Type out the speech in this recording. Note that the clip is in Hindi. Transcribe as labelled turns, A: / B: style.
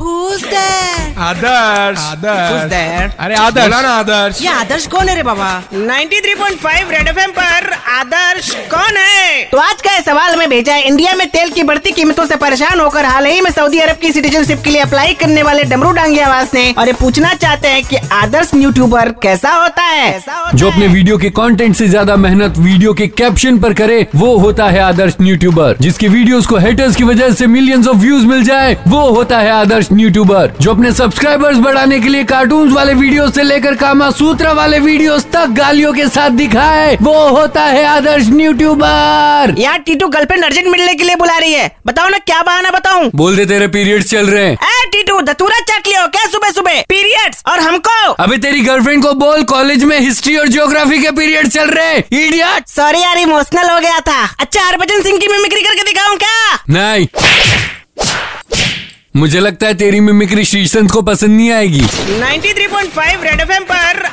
A: who's there?
B: Adarsh
C: Who's
B: Adarsh
C: there?
B: अरे आदर्श बोला ना आदर्श
A: ये आदर्श कौन है रे बाबा
C: 93.5 रेड एफएम पर आदर्श कौन है
A: तो आज का ये सवाल हमें भेजा है इंडिया में तेल की बढ़ती कीमतों से परेशान होकर हाल ही में सऊदी अरब की सिटीजनशिप के लिए अप्लाई करने वाले डमरू डांगी आवास ने और ये पूछना चाहते हैं कि आदर्श यूट्यूबर कैसा होता है कैसा होता
D: जो अपने
A: है?
D: वीडियो के कंटेंट से ज्यादा मेहनत वीडियो के कैप्शन पर करे वो होता है आदर्श यूट्यूबर जिसकी वीडियोस को हेटर्स की वजह से मिलियंस ऑफ व्यूज मिल जाए वो होता है आदर्श यूट्यूबर जो अपने सब्सक्राइबर्स बढ़ाने के लिए कार्टून वाले वीडियो से लेकर कामा सूत्रा वाले वीडियोस तक गालियों के साथ दिखाए वो होता है आदर्श यूट्यूबर
A: यार टीटू गर्लफ्रेंड अर्जेंट मिलने के लिए बुला रही है बताओ ना क्या बहाना बताऊं
D: बोल दे तेरे पीरियड्स चल रहे हैं
A: ए टीटू धतूरा चट लियो क्या सुबह सुबह पीरियड्स और हमको
D: अबे तेरी गर्लफ्रेंड को बोल कॉलेज में हिस्ट्री और ज्योग्राफी के पीरियड चल रहे हैं इडियट
A: सॉरी यार इमोशनल हो गया था अच्छा हरभजन सिंह की मिमिक्री करके दिखाऊं क्या
D: नहीं मुझे लगता है तेरी मिमिक्री श्रीसंत को पसंद नहीं आएगी
C: 93.5 रेड एफएम पर